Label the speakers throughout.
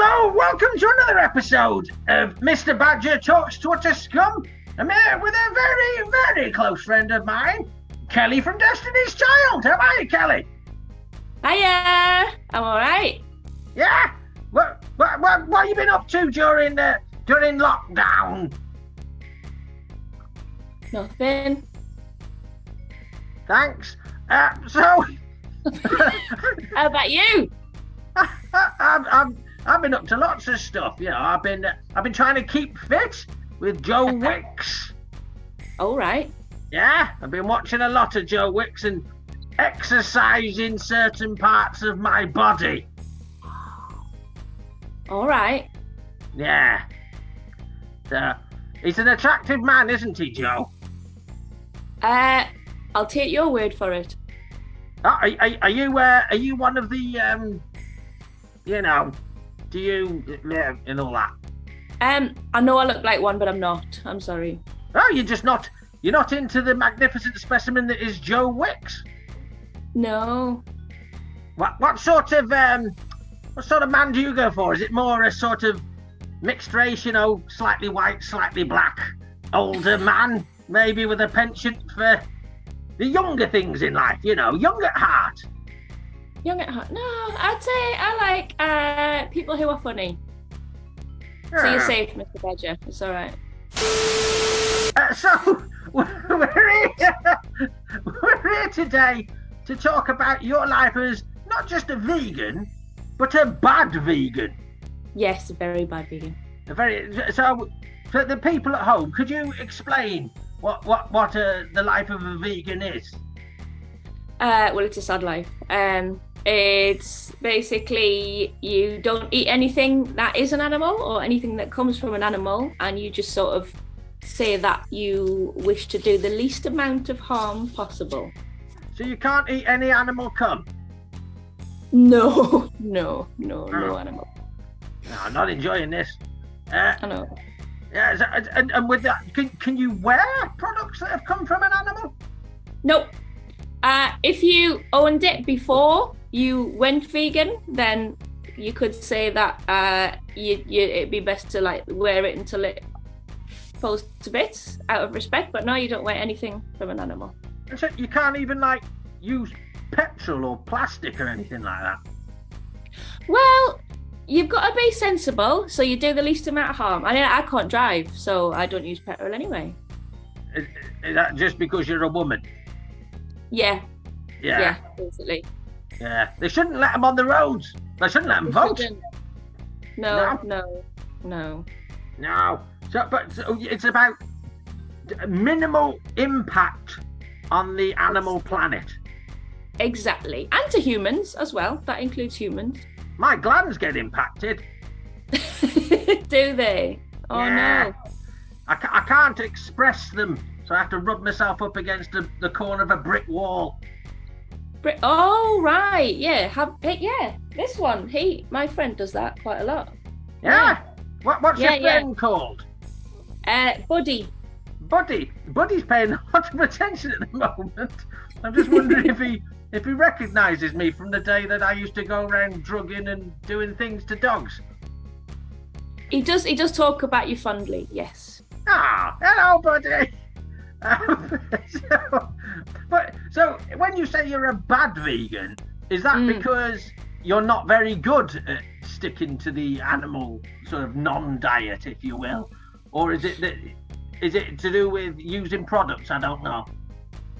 Speaker 1: welcome to another episode of Mr. Badger Talks to Utter Scum. I'm here with a very, very close friend of mine, Kelly from Destiny's Child. How are you, Kelly?
Speaker 2: Hiya! I'm alright.
Speaker 1: Yeah? What, what, what, what have you been up to during, uh, during lockdown?
Speaker 2: Nothing.
Speaker 1: Thanks. Uh, so,
Speaker 2: How about you?
Speaker 1: I, I've, I've, I've been up to lots of stuff. You know, I've been uh, I've been trying to keep fit with Joe Wicks.
Speaker 2: Alright.
Speaker 1: Yeah, I've been watching a lot of Joe Wicks and exercising certain parts of my body.
Speaker 2: Alright.
Speaker 1: Yeah. So, he's an attractive man, isn't he, Joe?
Speaker 2: Uh, I'll take your word for it.
Speaker 1: Are, are, are you uh, are you one of the um, you know, do you yeah, and all that?
Speaker 2: Um, I know I look like one, but I'm not. I'm sorry.
Speaker 1: Oh, you're just not you're not into the magnificent specimen that is Joe Wicks.
Speaker 2: No.
Speaker 1: What what sort of um what sort of man do you go for? Is it more a sort of mixed race, you know, slightly white, slightly black, older man, maybe with a penchant for the younger things in life, you know, young at heart.
Speaker 2: Young at heart. No, I'd say I like uh, people who are funny. So you're
Speaker 1: Yeah.
Speaker 2: safe, Mr. Badger. It's alright.
Speaker 1: Uh, so we're here, we're here today to talk about your life as not just a vegan, but a bad vegan.
Speaker 2: Yes, very bad vegan.
Speaker 1: A very so for the people at home. Could you explain what what what uh, the life of a vegan is?
Speaker 2: Uh, well, it's a sad life. Um, it's basically you don't eat anything that is an animal or anything that comes from an animal, and you just sort of say that you wish to do the least amount of harm possible.
Speaker 1: So you can't eat any animal cum.
Speaker 2: No, no, no, no animal.
Speaker 1: No, I'm not enjoying this. Uh,
Speaker 2: I know.
Speaker 1: yeah, so- and- and, and with that, can, can you wear products that have come from an animal?
Speaker 2: Nope. Uh, if you owned it before you went vegan, then you could say that uh, you, you, it'd be best to like wear it until it falls to bits out of respect. But no, you don't wear anything from an animal.
Speaker 1: And so you can't even like use petrol or plastic or anything like that.
Speaker 2: Well, you've got to be sensible, so you do the least amount of harm. I mean, I can't drive, so I don't use petrol anyway.
Speaker 1: Is, is that just because you're a woman?
Speaker 2: Yeah, yeah,
Speaker 1: Yeah,
Speaker 2: basically.
Speaker 1: yeah. They shouldn't let them on the roads. They shouldn't let them vote.
Speaker 2: No, no, no.
Speaker 1: No. So, but so it's about d- minimal impact on the animal planet.
Speaker 2: Exactly. And to humans as well. That includes humans.
Speaker 1: My glands get impacted.
Speaker 2: Do they? Oh
Speaker 1: Yeah. I, ca- I can't express them, so I have to rub myself up against the, the corner of a brick wall.
Speaker 2: no. Bri- oh right, yeah. Have hey, yeah. This one, he, my friend, does that quite a lot.
Speaker 1: Yeah. What, what's
Speaker 2: Yeah,
Speaker 1: your
Speaker 2: yeah.
Speaker 1: friend called?
Speaker 2: Uh, Buddy.
Speaker 1: Buddy. Buddy's paying a lot of attention at the moment. I'm just wondering if he if he recognises me from the day that I used to go around drugging and doing things to dogs.
Speaker 2: He does. He does talk about you fondly. Yes.
Speaker 1: Ah, hello, buddy. Um, so, but so when you say you're a bad vegan, is that
Speaker 2: Mm.
Speaker 1: because you're not very good at sticking to the animal sort of non-diet, if you will, or is it that is it to do with using products? I don't know.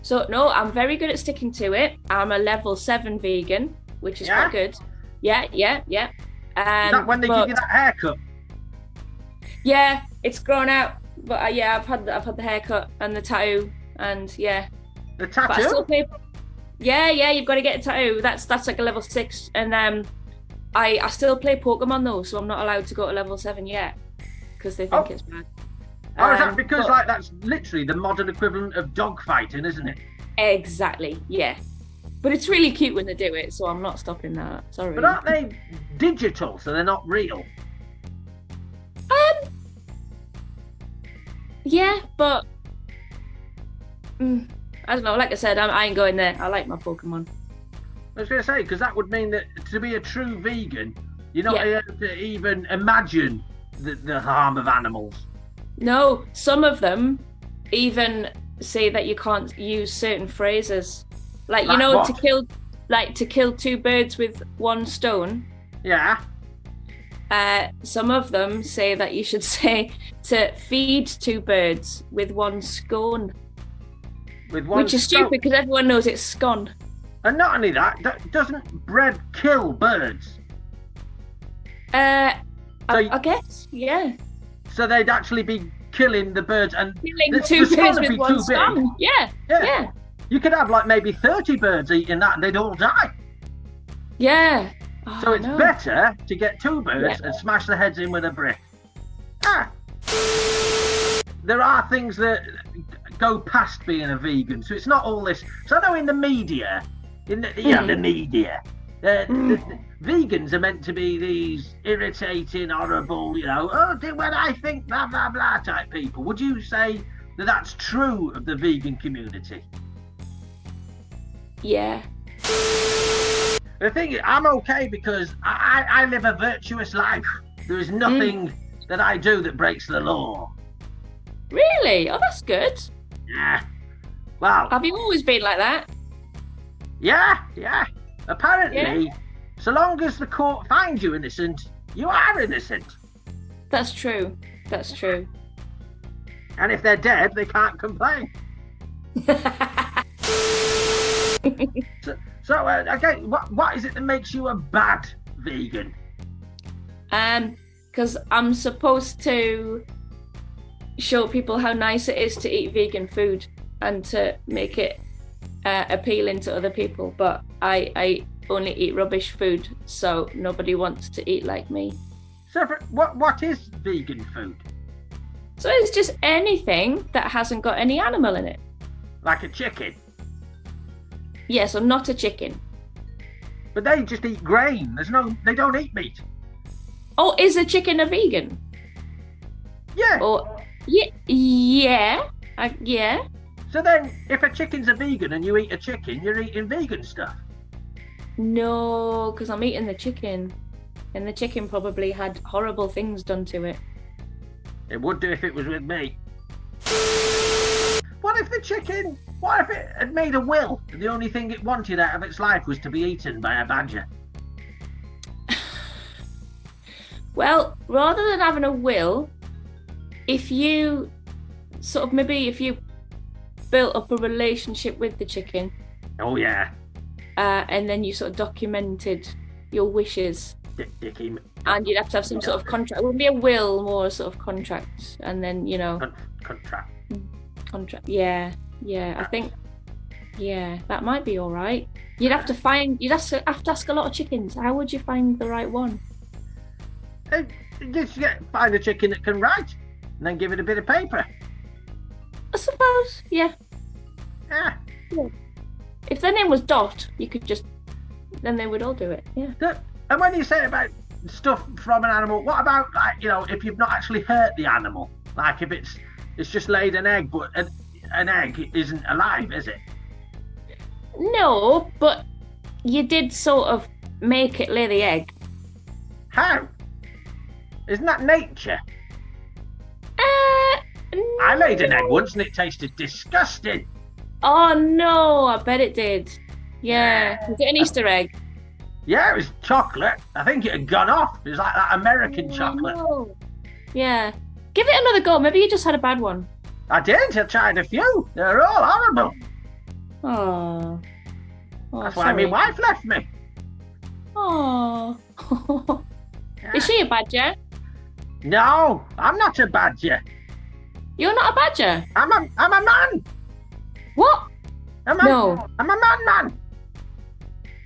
Speaker 2: So no, I'm very good at sticking to it. I'm a level seven vegan, which is
Speaker 1: Yeah?
Speaker 2: quite good. Yeah, yeah, yeah.
Speaker 1: Is
Speaker 2: Um,
Speaker 1: that when they
Speaker 2: but-
Speaker 1: give you that haircut?
Speaker 2: Yeah, it's grown out. But uh, yeah, I've had the, I've had the haircut and the tattoo, and yeah,
Speaker 1: The
Speaker 2: But I still
Speaker 1: tattoo?
Speaker 2: pay. Yeah, yeah, you've got to get a tattoo. That's that's like a level six, and um, I I still play Pokemon though, so I'm not allowed to go to level seven yet because they think
Speaker 1: Oh.
Speaker 2: it's bad.
Speaker 1: Or is that
Speaker 2: Um,
Speaker 1: because
Speaker 2: but-
Speaker 1: like that's literally the modern equivalent of dog fighting, isn't it?
Speaker 2: exactly, yeah. But it's really cute when they do it, so I'm not stopping that. Sorry.
Speaker 1: But aren't they digital, so they're not real?
Speaker 2: Um. Yeah, but mm, I don't know. Like I said, I'm, I ain't going there. I like my Pokemon.
Speaker 1: I was going to say because that would mean that to be a true vegan, You're not
Speaker 2: Yeah.
Speaker 1: able to even imagine the, the harm of animals.
Speaker 2: No, some of them even say that you can't use certain phrases. Like, you
Speaker 1: Like
Speaker 2: know, to
Speaker 1: what?
Speaker 2: kill like to kill two birds with one stone.
Speaker 1: Yeah.
Speaker 2: Uh, some of them say that you should say to feed two birds with one scone,
Speaker 1: With one
Speaker 2: which is
Speaker 1: stone.
Speaker 2: stupid because everyone knows it's scone.
Speaker 1: And not only that, that doesn't bread kill birds?
Speaker 2: Uh,
Speaker 1: So
Speaker 2: I,
Speaker 1: you-
Speaker 2: I guess, yeah.
Speaker 1: So they'd actually be killing the birds, and
Speaker 2: Killing
Speaker 1: The-
Speaker 2: two
Speaker 1: the scone
Speaker 2: birds
Speaker 1: would be
Speaker 2: with one
Speaker 1: too big.
Speaker 2: stone. Yeah,
Speaker 1: yeah,
Speaker 2: yeah,
Speaker 1: you could have like maybe thirty birds eating that, and they'd all die.
Speaker 2: yeah. Oh,
Speaker 1: So it's
Speaker 2: no.
Speaker 1: better to get two birds and smash their heads in with a brick. Ah. There are things that go past being a vegan, so it's not all this. So I know in the media, in the, yeah,
Speaker 2: Mm.
Speaker 1: the media, uh,
Speaker 2: Hmm.
Speaker 1: the, the, vegans are meant to be these irritating, horrible, you know, oh, do what I think, blah blah blah type people. Would you say that that's true of the vegan community?
Speaker 2: Yeah.
Speaker 1: The thing is, I'm okay because I, I, I live a virtuous life. There is nothing that I do that breaks the law.
Speaker 2: Really? Oh, that's good.
Speaker 1: Yeah. Well,
Speaker 2: Have you always been like that?
Speaker 1: yeah, yeah. Apparently, so long as the court finds you innocent, you are innocent.
Speaker 2: That's true. That's true.
Speaker 1: And if they're dead, they can't complain. So, so uh, okay, what, what is it that makes you a bad vegan?
Speaker 2: um, because I'm supposed to show people how nice it is to eat vegan food and to make it uh, appealing to other people, but I I only eat rubbish food, so nobody wants to eat like me.
Speaker 1: So, for, what what is vegan food?
Speaker 2: So it's just anything that hasn't got any animal in it.
Speaker 1: Like a chicken,
Speaker 2: Yeah, so not a chicken.
Speaker 1: but they just eat grain. There's no, they don't eat meat.
Speaker 2: Oh, is a chicken a vegan?
Speaker 1: Yeah.
Speaker 2: Or yeah, yeah, I, yeah.
Speaker 1: So then, if a chicken's a vegan and you eat a chicken, you're eating vegan stuff.
Speaker 2: No, because I'm eating the chicken, and the chicken probably had horrible things done to it.
Speaker 1: It would do if it was with me. What if the chicken? What if it had made a will and the only thing it wanted out of its life was to be eaten by a badger?
Speaker 2: Well, rather than having a will, if you sort of maybe if you built up a relationship with the chicken,
Speaker 1: Oh yeah,
Speaker 2: uh, and then you sort of documented your wishes,
Speaker 1: Dick Dickie
Speaker 2: and you'd have to have some sort of contract. It would be a will, more a sort of contract, and then you know
Speaker 1: con- contract.
Speaker 2: contract. Yeah, yeah. I think yeah, that might be all right. You'd have to find. You'd have to have to ask a lot of chickens. How would you find the right one?
Speaker 1: Eh, Just get, find a chicken that can write, and then give it a bit of paper.
Speaker 2: I suppose. Yeah.
Speaker 1: Yeah.
Speaker 2: If their name was Dot, you could just then they would all do it. Yeah.
Speaker 1: That- And when you say about stuff from an animal, what about like you know if you've not actually hurt the animal, like if it's it's just laid an egg, but an, an egg isn't alive, is it?
Speaker 2: No, but you did sort of make it lay the egg.
Speaker 1: How? Isn't that nature?
Speaker 2: Uh.
Speaker 1: I laid an
Speaker 2: no.
Speaker 1: egg once and it tasted disgusting.
Speaker 2: Oh no! I bet it did. Yeah. Was it an Easter egg?
Speaker 1: Yeah, it was chocolate. I think it had gone off. It was like that American chocolate.
Speaker 2: Oh, No. Yeah. Give it another go. Maybe you just had a bad one.
Speaker 1: I did. I tried a few. They're all horrible.
Speaker 2: Oh. Oh,
Speaker 1: That's why my wife left me.
Speaker 2: Oh.
Speaker 1: Yeah.
Speaker 2: Is she a badger?
Speaker 1: No, I'm not a badger.
Speaker 2: You're not a badger.
Speaker 1: I'm a I'm a man.
Speaker 2: What?
Speaker 1: I'm a,
Speaker 2: No.
Speaker 1: I'm a man man.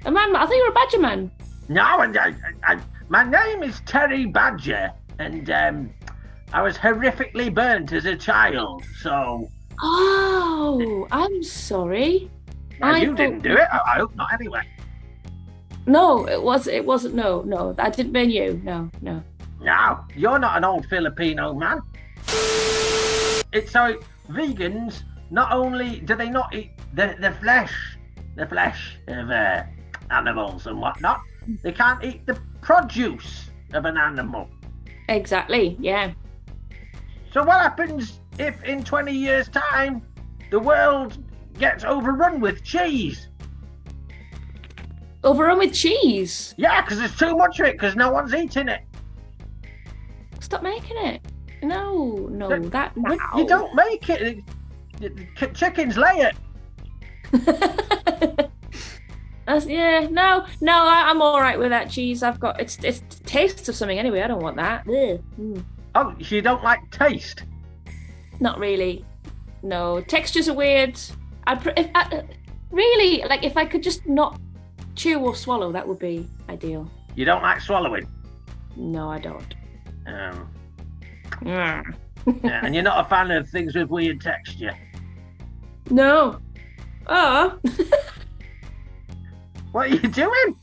Speaker 2: A man? I thought you were a badger man.
Speaker 1: No, and I, I, I, my name is Terry Badger, and um, I was horrifically burnt as a child. So
Speaker 2: Oh, I'm sorry.
Speaker 1: Now,
Speaker 2: I
Speaker 1: you
Speaker 2: thought-
Speaker 1: didn't do it. I, I hope not. Anyway.
Speaker 2: No, it was. It wasn't. No, no. I didn't mean you. No, no.
Speaker 1: No, you're not an old Filipino man. It's so vegans not only do they not eat the, the flesh, the flesh of uh, animals and whatnot, They can't eat the produce of an animal.
Speaker 2: Exactly. Yeah.
Speaker 1: So what happens if in 20 years' time the world gets overrun with cheese?
Speaker 2: Overrun with cheese.
Speaker 1: Yeah, because there's too much of it because no one's eating it.
Speaker 2: Stop making it. No, no,
Speaker 1: Don't-
Speaker 2: that
Speaker 1: You-
Speaker 2: now.
Speaker 1: You don't make it. The- the Chickens lay it.
Speaker 2: That's, yeah, no, no, I, I'm all right with that cheese. I've got it's it's taste of something anyway. I don't want that. Ugh. Mm.
Speaker 1: Oh, so you don't like taste?
Speaker 2: Not really. No, textures are weird. I, pr- if I really like if I could just not chew or swallow, that would be ideal.
Speaker 1: You don't like swallowing?
Speaker 2: No, I don't.
Speaker 1: Um,
Speaker 2: Mm.
Speaker 1: yeah, and you're not a fan of things with weird texture.
Speaker 2: No. Oh,
Speaker 1: What are you doing?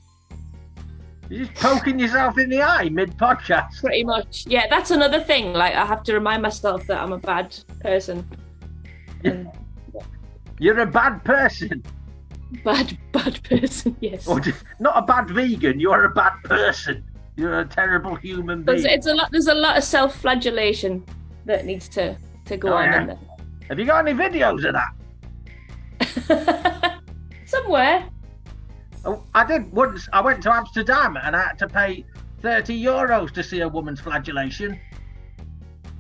Speaker 1: You're just poking yourself in the eye mid podcast.
Speaker 2: pretty much. Yeah, that's another thing. Like I have to remind myself that I'm a bad person. And
Speaker 1: You're a bad person.
Speaker 2: bad, bad person. Yes.
Speaker 1: Or just, not a bad vegan, you're a bad person. You're a terrible human
Speaker 2: There's,
Speaker 1: being.
Speaker 2: it's a lot. There's a lot of self-flagellation that needs to to go
Speaker 1: Oh,
Speaker 2: on
Speaker 1: yeah.
Speaker 2: in
Speaker 1: Have you got any videos of that?
Speaker 2: there. Somewhere.
Speaker 1: Oh, I did once. I went to Amsterdam and I had to pay 30 euros to see a woman's flagellation.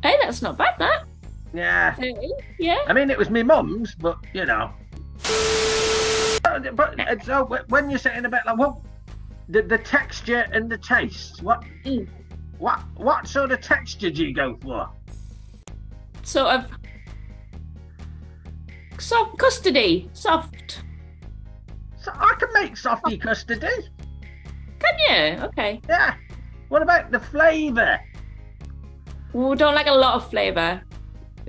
Speaker 2: Hey, that's not bad. That.
Speaker 1: Yeah.
Speaker 2: Hey, Yeah.
Speaker 1: I mean, it was my mum's, but you know. But uh, so wh- when you're sitting about like, well, the, the texture and the taste. What,
Speaker 2: Mm.
Speaker 1: what, what sort of texture do you go for?
Speaker 2: Sort of. Soft custody. Soft.
Speaker 1: So I can make softy custardy.
Speaker 2: Can you? Okay.
Speaker 1: Yeah. What about the flavour?
Speaker 2: We don't like a lot of flavour.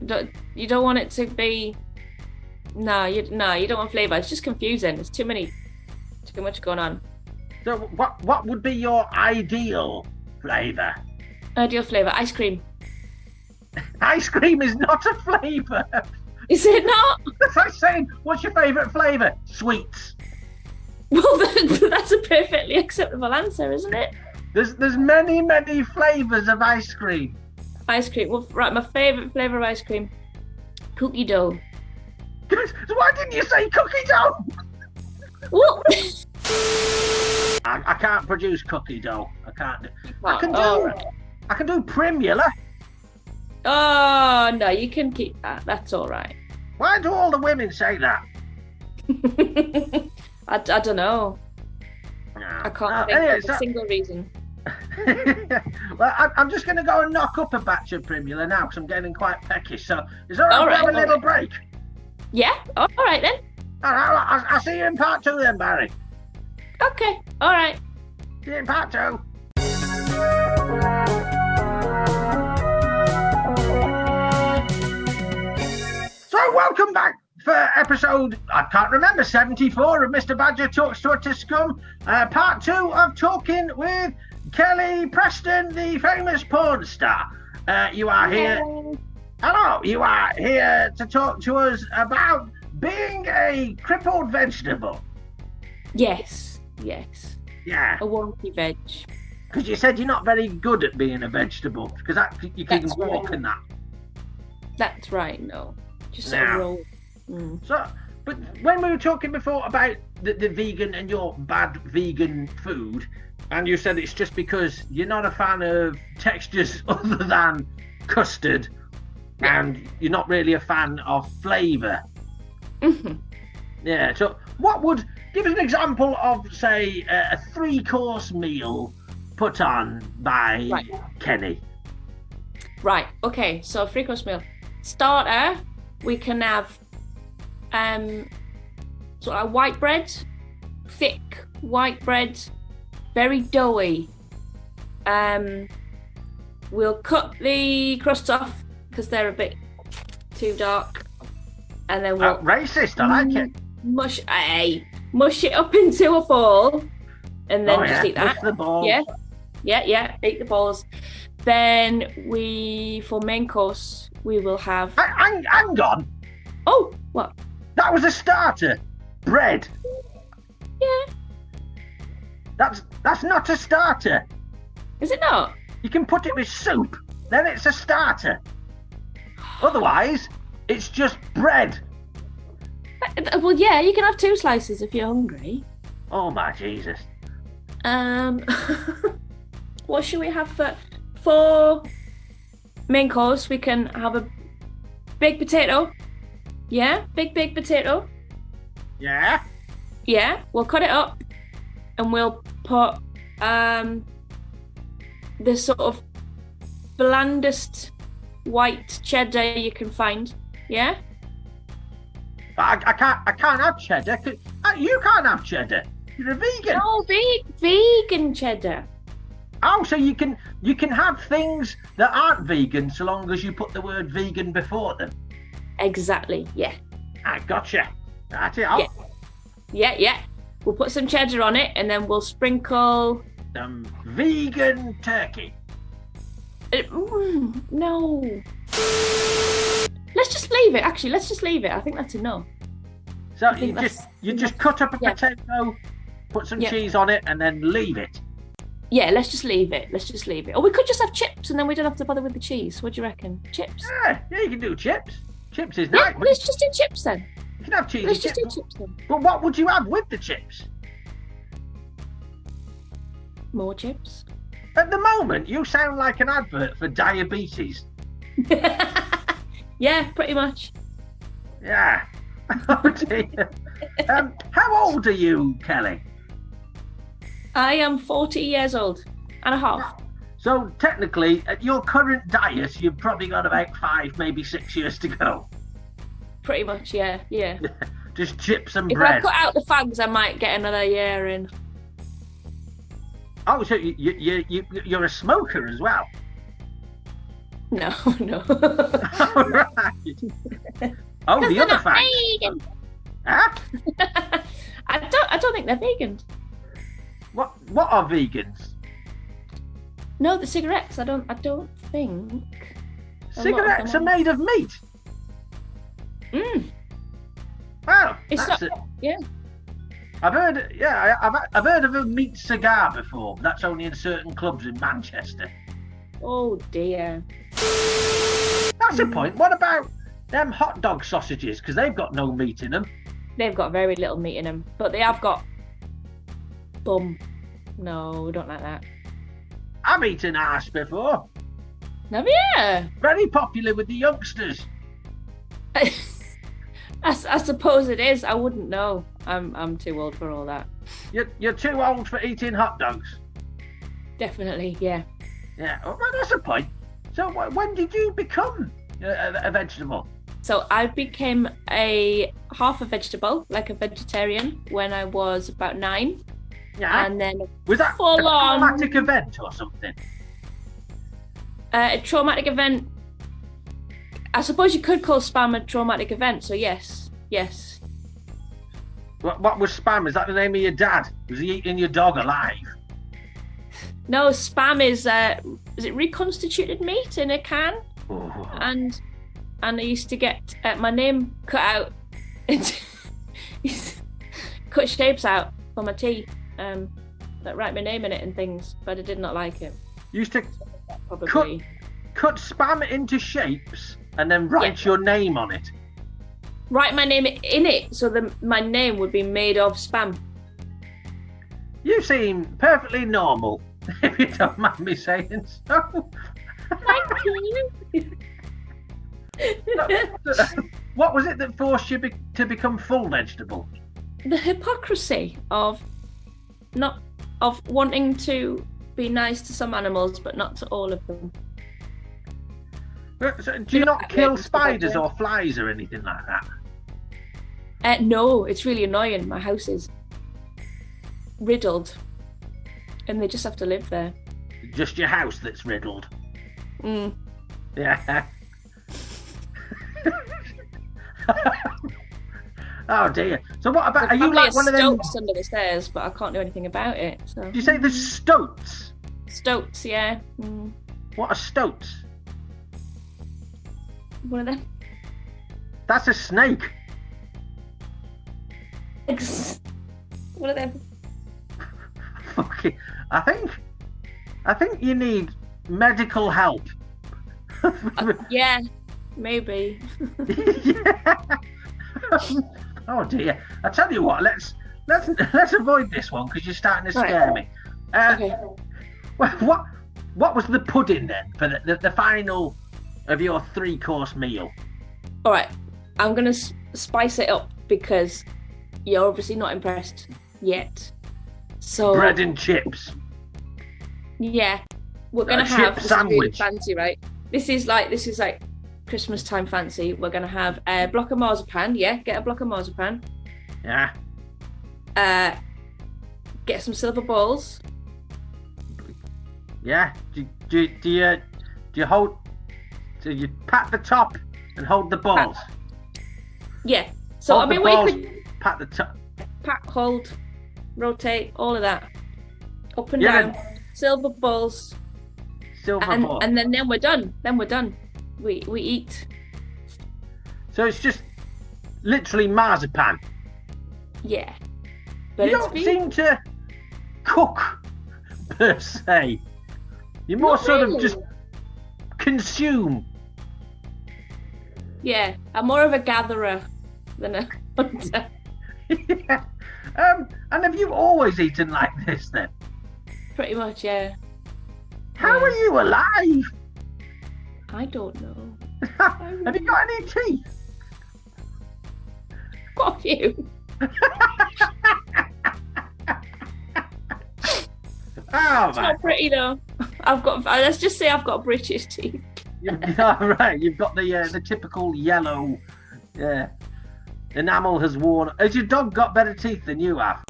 Speaker 2: Don't, you don't want it to be. No, you no, you don't want flavour. It's just confusing. There's too many, too much going on.
Speaker 1: So what, what would be your ideal flavour?
Speaker 2: Ideal flavour: ice cream.
Speaker 1: Ice cream is not a flavour.
Speaker 2: Is it not?
Speaker 1: That's like saying, what's your favourite flavour? Sweets.
Speaker 2: Well, that, that's a perfectly acceptable answer, isn't it?
Speaker 1: There's there's many many flavours of ice cream.
Speaker 2: Ice cream. Well, right, my favourite flavour of ice cream. Cookie dough.
Speaker 1: So why didn't you say cookie dough?
Speaker 2: What?
Speaker 1: I, I can't produce cookie dough. I can't. Do, I can do.
Speaker 2: Oh, right.
Speaker 1: I can do primula.
Speaker 2: Oh, no, you can keep that. That's all right.
Speaker 1: Why do all the women say that?
Speaker 2: I, I don't know. I can't
Speaker 1: Uh,
Speaker 2: think
Speaker 1: anyway,
Speaker 2: of a single reason.
Speaker 1: so- well, I, I'm just going to go and knock up a batch of primula now because I'm getting quite peckish. So is there
Speaker 2: All
Speaker 1: right,
Speaker 2: right,
Speaker 1: have a
Speaker 2: all
Speaker 1: little break?
Speaker 2: Yeah. All right then.
Speaker 1: All right, all right, I'll, I'll see you in part two then, Barry.
Speaker 2: Okay. All right.
Speaker 1: See you in part two. So, welcome back for episode, I can't remember, 74 of Mr. Badger Talks to Utter Scum, uh, part two of Talking with Kelly Preston, the famous porn star. Uh, you are here.
Speaker 2: Uh,
Speaker 1: Hello, you are here to talk to us about being a crippled vegetable.
Speaker 2: Yes. Yes.
Speaker 1: Yeah.
Speaker 2: A wonky veg.
Speaker 1: Because you said you're not very good at being a vegetable, because that you can
Speaker 2: That's
Speaker 1: walk
Speaker 2: right.
Speaker 1: and that.
Speaker 2: That's right. No. Just sort
Speaker 1: Yeah.
Speaker 2: of roll. Mm.
Speaker 1: So, but when we were talking before about the, the vegan and your bad vegan food, and you said it's just because you're not a fan of textures other than custard, and you're not really a fan of flavour.
Speaker 2: Mhm.
Speaker 1: Yeah. So, what would give us an example of say a, a three-course meal put on by
Speaker 2: Right.
Speaker 1: Kenny?
Speaker 2: Right. Okay. So free course meal starter. We can have um, sort of white bread, thick white bread, very doughy. Um, we'll cut the crust off because they're a bit too dark, and then
Speaker 1: Uh,
Speaker 2: we'll Mm,
Speaker 1: racist. I like it.
Speaker 2: mush aye, mush it up into a ball, and then
Speaker 1: oh,
Speaker 2: just
Speaker 1: yeah.
Speaker 2: eat that.
Speaker 1: Push the ball.
Speaker 2: Yeah, yeah, yeah. Eat the balls. Then we, for main course, we will have.
Speaker 1: Hang, hang, hang on.
Speaker 2: Oh, what?
Speaker 1: That was a starter. Bread.
Speaker 2: Yeah.
Speaker 1: That's that's not a starter.
Speaker 2: Is it not?
Speaker 1: You can put it with soup. Then it's a starter. Otherwise, it's just bread.
Speaker 2: Uh, Well, yeah, you can have two slices if you're hungry.
Speaker 1: Oh my Jesus.
Speaker 2: Um, what should we have for for main course? We can have a big potato. Yeah, big big potato.
Speaker 1: Yeah.
Speaker 2: Yeah, we'll cut it up and we'll put um the sort of blandest white cheddar you can find. Yeah.
Speaker 1: But I, I can't I can't have cheddar. C- uh, You can't have cheddar. You're a vegan.
Speaker 2: No, Oh, ve- vegan cheddar.
Speaker 1: Oh, so you can you can have things that aren't vegan so long as you put the word vegan before them.
Speaker 2: Exactly. Yeah.
Speaker 1: I gotcha. That's it. Oh,
Speaker 2: Yeah. Yeah, yeah. We'll put some cheddar on it and then we'll sprinkle.
Speaker 1: Some vegan turkey.
Speaker 2: uh, mm, no. Let's just leave it. Actually, let's just leave it. I think that's enough.
Speaker 1: So
Speaker 2: think
Speaker 1: you
Speaker 2: that's-
Speaker 1: just you just cut up a
Speaker 2: yeah.
Speaker 1: potato, put some
Speaker 2: Yeah.
Speaker 1: cheese on it, and then leave it.
Speaker 2: Yeah, let's just leave it. Let's just leave it. Or we could just have chips and then we don't have to bother with the cheese. What do you reckon? Chips?
Speaker 1: Yeah, yeah, you can do chips. Chips is
Speaker 2: Yeah,
Speaker 1: nice. but
Speaker 2: let's just do chips then.
Speaker 1: you can have cheese.
Speaker 2: Let's
Speaker 1: and
Speaker 2: just
Speaker 1: chips.
Speaker 2: do chips then.
Speaker 1: But what would you have with the chips?
Speaker 2: More chips.
Speaker 1: At the moment, you sound like an advert for diabetes.
Speaker 2: yeah, pretty much.
Speaker 1: Yeah. Oh dear. um, how old are you, Kelly?
Speaker 2: I am 40 years old and a half.
Speaker 1: So technically, at your current diet, you've probably got about five, maybe six years to go.
Speaker 2: Pretty much, yeah, yeah.
Speaker 1: Just chips and
Speaker 2: If I
Speaker 1: bread.
Speaker 2: cut out the fags, I might get another year in.
Speaker 1: Oh, so you, you, you, you, you're a smoker as well.
Speaker 2: No, no.
Speaker 1: All right. Oh, the other fact.
Speaker 2: vegan.
Speaker 1: Huh?
Speaker 2: I don't. I don't think they're vegan.
Speaker 1: What, what are vegans?
Speaker 2: No, the cigarettes. I don't. I don't think. of
Speaker 1: Cigarettes are
Speaker 2: them
Speaker 1: made of meat.
Speaker 2: Mm,
Speaker 1: Oh,
Speaker 2: It's
Speaker 1: that's
Speaker 2: not-
Speaker 1: it.
Speaker 2: yeah.
Speaker 1: I've heard, yeah, I, I've, I've heard of a meat cigar before. but That's only in certain clubs in Manchester.
Speaker 2: oh dear.
Speaker 1: That's
Speaker 2: Hmm.
Speaker 1: a point. What about them hot dog sausages? Because they've got no meat in them.
Speaker 2: They've got very little meat in them, but they have got bum. No, we don't like that.
Speaker 1: I've eaten arse before.
Speaker 2: Have you?
Speaker 1: Very popular with the youngsters.
Speaker 2: I, s- I suppose it is. I wouldn't know. I'm. I'm too old for all that.
Speaker 1: You're, you're too old for eating hot dogs.
Speaker 2: Definitely. Yeah.
Speaker 1: Yeah, oh, well, that's a point. So wh- when did you become a, a, a vegetable?
Speaker 2: So I became a half a vegetable, like a vegetarian, when I was about nine,
Speaker 1: Yeah.
Speaker 2: and then
Speaker 1: Was that
Speaker 2: full
Speaker 1: a
Speaker 2: on.
Speaker 1: traumatic event or something?
Speaker 2: Uh, a traumatic event. I suppose you could call spam a traumatic event. So yes, yes.
Speaker 1: What, what was spam? Is that the name of your dad? Was he eating your dog alive?
Speaker 2: No, spam is uh, is it reconstituted meat in a can,
Speaker 1: Oh.
Speaker 2: and and I used to get uh, my name cut out, into cut shapes out for my tea, um, that write my name in it and things. But I did not like it.
Speaker 1: Used to
Speaker 2: Probably.
Speaker 1: cut spam into shapes and then write your name on it.
Speaker 2: Write my name in it, so the, my name would be made of spam.
Speaker 1: You seem perfectly normal, if you don't mind me saying so.
Speaker 2: Thank you.
Speaker 1: what was it that forced you be- to become full vegetable?
Speaker 2: the hypocrisy of not of wanting to be nice to some animals but not to all of them.
Speaker 1: Uh, so do you
Speaker 2: You're
Speaker 1: not
Speaker 2: not
Speaker 1: kill
Speaker 2: vegetable,
Speaker 1: spiders
Speaker 2: yeah.
Speaker 1: or flies or anything like that?
Speaker 2: Uh, no, it's really annoying. My house is riddled, and they just have to live there.
Speaker 1: Just your house that's riddled.
Speaker 2: Mm.
Speaker 1: Yeah. oh dear. So what about? Are
Speaker 2: There's
Speaker 1: you
Speaker 2: probably
Speaker 1: like
Speaker 2: a
Speaker 1: one of them?
Speaker 2: stoats under the stairs, but I can't do anything about it. So
Speaker 1: Do you say the stoats?
Speaker 2: stoats, yeah, mm.
Speaker 1: What are stoats?
Speaker 2: one of them.
Speaker 1: That's a snake.
Speaker 2: one of them.
Speaker 1: Fuck. I think. I think you need medical help.
Speaker 2: Yeah, maybe.
Speaker 1: oh dear! I tell you what, let's let's let's avoid this one because you're starting to
Speaker 2: Right.
Speaker 1: scare me. Uh,
Speaker 2: Okay.
Speaker 1: wha- What what was the pudding then for the, the, the final of your three course meal?
Speaker 2: All right, I'm gonna s- spice it up because you're obviously not impressed yet. So
Speaker 1: Bread and chips.
Speaker 2: yeah, we're
Speaker 1: A
Speaker 2: gonna
Speaker 1: chip
Speaker 2: have this is really
Speaker 1: sandwich.
Speaker 2: fancy, right? This is like this is like Christmas time fancy. We're gonna have a block of marzipan. Yeah, get a block of marzipan.
Speaker 1: Yeah.
Speaker 2: Uh, get some silver balls.
Speaker 1: Yeah. Do, do, do you do you hold? Do you pat the top and hold the balls?
Speaker 2: Yeah. So
Speaker 1: Hold
Speaker 2: I
Speaker 1: the
Speaker 2: mean, we
Speaker 1: balls,
Speaker 2: could
Speaker 1: pat the top.
Speaker 2: pack, hold, rotate, all of that, up and
Speaker 1: Yeah.
Speaker 2: down, silver balls,
Speaker 1: Silver
Speaker 2: and
Speaker 1: ball.
Speaker 2: and then then we're done. Then we're done. We we eat.
Speaker 1: So it's just literally marzipan.
Speaker 2: Yeah. But
Speaker 1: you
Speaker 2: it's
Speaker 1: don't
Speaker 2: been
Speaker 1: seem to cook per se. You more
Speaker 2: Not
Speaker 1: sort of
Speaker 2: really.
Speaker 1: just consume.
Speaker 2: Yeah, I'm more of a gatherer than a hunter.
Speaker 1: Um, and have you always eaten like this then?
Speaker 2: Pretty much, yeah.
Speaker 1: How
Speaker 2: Yeah.
Speaker 1: are you alive?
Speaker 2: I don't know.
Speaker 1: have you got any teeth?
Speaker 2: Got a few.
Speaker 1: Oh
Speaker 2: It's
Speaker 1: man,
Speaker 2: not pretty though. I've got. uh, Let's just say I've got British teeth.
Speaker 1: you've, all right, you've got the uh, the typical yellow. Yeah, enamel has worn. Has your dog got better teeth than you have?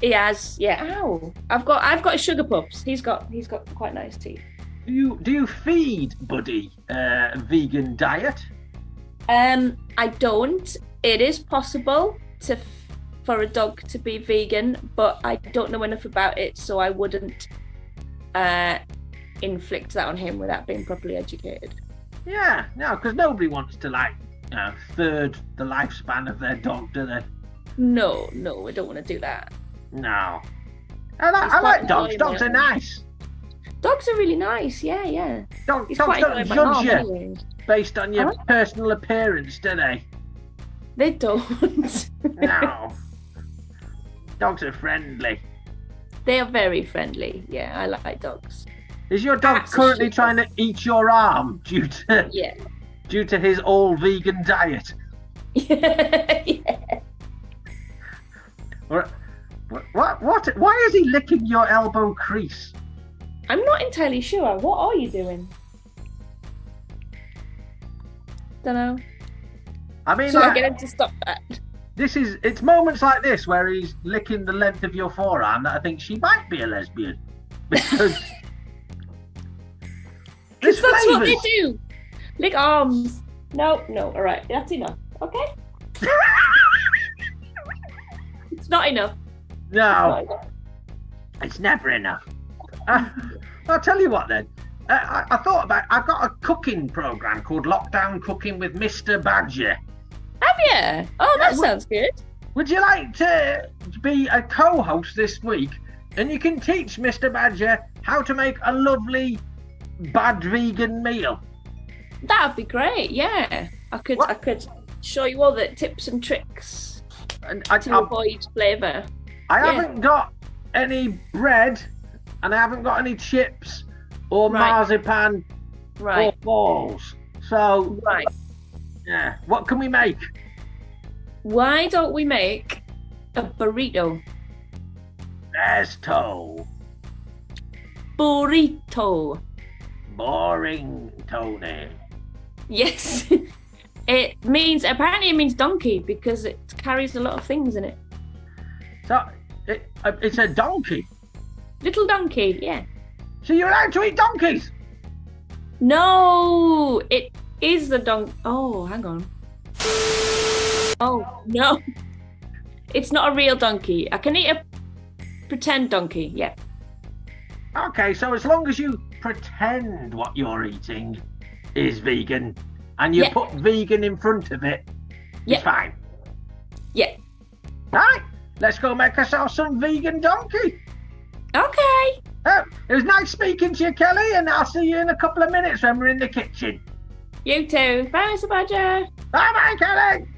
Speaker 2: He has. Yeah. Ow. I've got. I've got sugar pups. He's got. He's got quite nice teeth.
Speaker 1: Do you do you feed Buddy uh, a vegan diet?
Speaker 2: Um, I don't. It is possible to f- for a dog to be vegan, but I don't know enough about it, so I wouldn't uh, inflict that on him without being properly educated.
Speaker 1: Yeah, no, because nobody wants to like you know, third the lifespan of their dog, do they?
Speaker 2: No, no, we don't want to do that.
Speaker 1: No. I like,
Speaker 2: It's
Speaker 1: I
Speaker 2: quite
Speaker 1: like dogs.
Speaker 2: annoying,
Speaker 1: Dogs are
Speaker 2: really.
Speaker 1: nice.
Speaker 2: Dogs are really nice. Yeah, yeah.
Speaker 1: Dog,
Speaker 2: He's
Speaker 1: dogs
Speaker 2: quite Oh,
Speaker 1: don't
Speaker 2: annoyed by mum,
Speaker 1: judge you
Speaker 2: anyway.
Speaker 1: based on your
Speaker 2: I
Speaker 1: personal appearance, do they?
Speaker 2: They don't.
Speaker 1: No. dogs are friendly.
Speaker 2: they are very friendly. Yeah, I like dogs.
Speaker 1: Is your dog
Speaker 2: Perhaps a
Speaker 1: currently
Speaker 2: sheep.
Speaker 1: trying to eat your arm due to
Speaker 2: Yeah.
Speaker 1: due to his all vegan diet?
Speaker 2: yeah.
Speaker 1: Or what, what? What? Why is he licking your elbow crease?
Speaker 2: I'm not entirely sure. What are you doing? Don't know.
Speaker 1: I mean,
Speaker 2: Should I
Speaker 1: like,
Speaker 2: get him to stop that?
Speaker 1: this is it's moments like this where he's licking the length of your forearm that I think she might be a lesbian because this
Speaker 2: That's what they
Speaker 1: flavours.
Speaker 2: do. Lick arms. No, no. All right, that's enough. Okay. It's not enough.
Speaker 1: No,
Speaker 2: Not enough.
Speaker 1: it's never enough. Uh, I'll tell you what then. Uh, I, I thought about. I've got a cooking program called Lockdown Cooking with Mister Badger.
Speaker 2: Have you? Oh,
Speaker 1: Yeah,
Speaker 2: that
Speaker 1: we-
Speaker 2: sounds good.
Speaker 1: Would you like to be a co-host this week? And you can teach Mister Badger how to make a lovely bad vegan meal.
Speaker 2: That'd be great. Yeah, I could.
Speaker 1: What-
Speaker 2: I could show you all the tips and tricks
Speaker 1: And I,
Speaker 2: to
Speaker 1: I'll
Speaker 2: avoid flavour.
Speaker 1: Um, I
Speaker 2: Yeah.
Speaker 1: haven't got any bread, and I haven't got any chips or
Speaker 2: Right.
Speaker 1: marzipan or
Speaker 2: Right.
Speaker 1: balls. So
Speaker 2: Right.
Speaker 1: yeah, what can we make?
Speaker 2: Why don't we make a burrito?
Speaker 1: There's toe,
Speaker 2: Burrito.
Speaker 1: boring Tony.
Speaker 2: Yes. it means apparently it means donkey because it carries a lot of things in it.
Speaker 1: So it, uh, it's a donkey.
Speaker 2: Little donkey. Yeah.
Speaker 1: So you're allowed to eat donkeys.
Speaker 2: No, it is the donk. Oh, hang on. Oh no, it's not a real donkey. I can eat a pretend donkey. Yeah,
Speaker 1: Okay, so as long as you pretend what you're eating is vegan, and you
Speaker 2: Yeah.
Speaker 1: put vegan in front of it,
Speaker 2: Yeah.
Speaker 1: it's fine.
Speaker 2: yeah.
Speaker 1: Right, let's go make ourselves some vegan donkey.
Speaker 2: Okay,
Speaker 1: Oh, it was nice speaking to you, Kelly, and I'll see you in a couple of minutes when we're in the kitchen.
Speaker 2: You too. Bye, Mr. Badger.
Speaker 1: Bye bye, Kelly.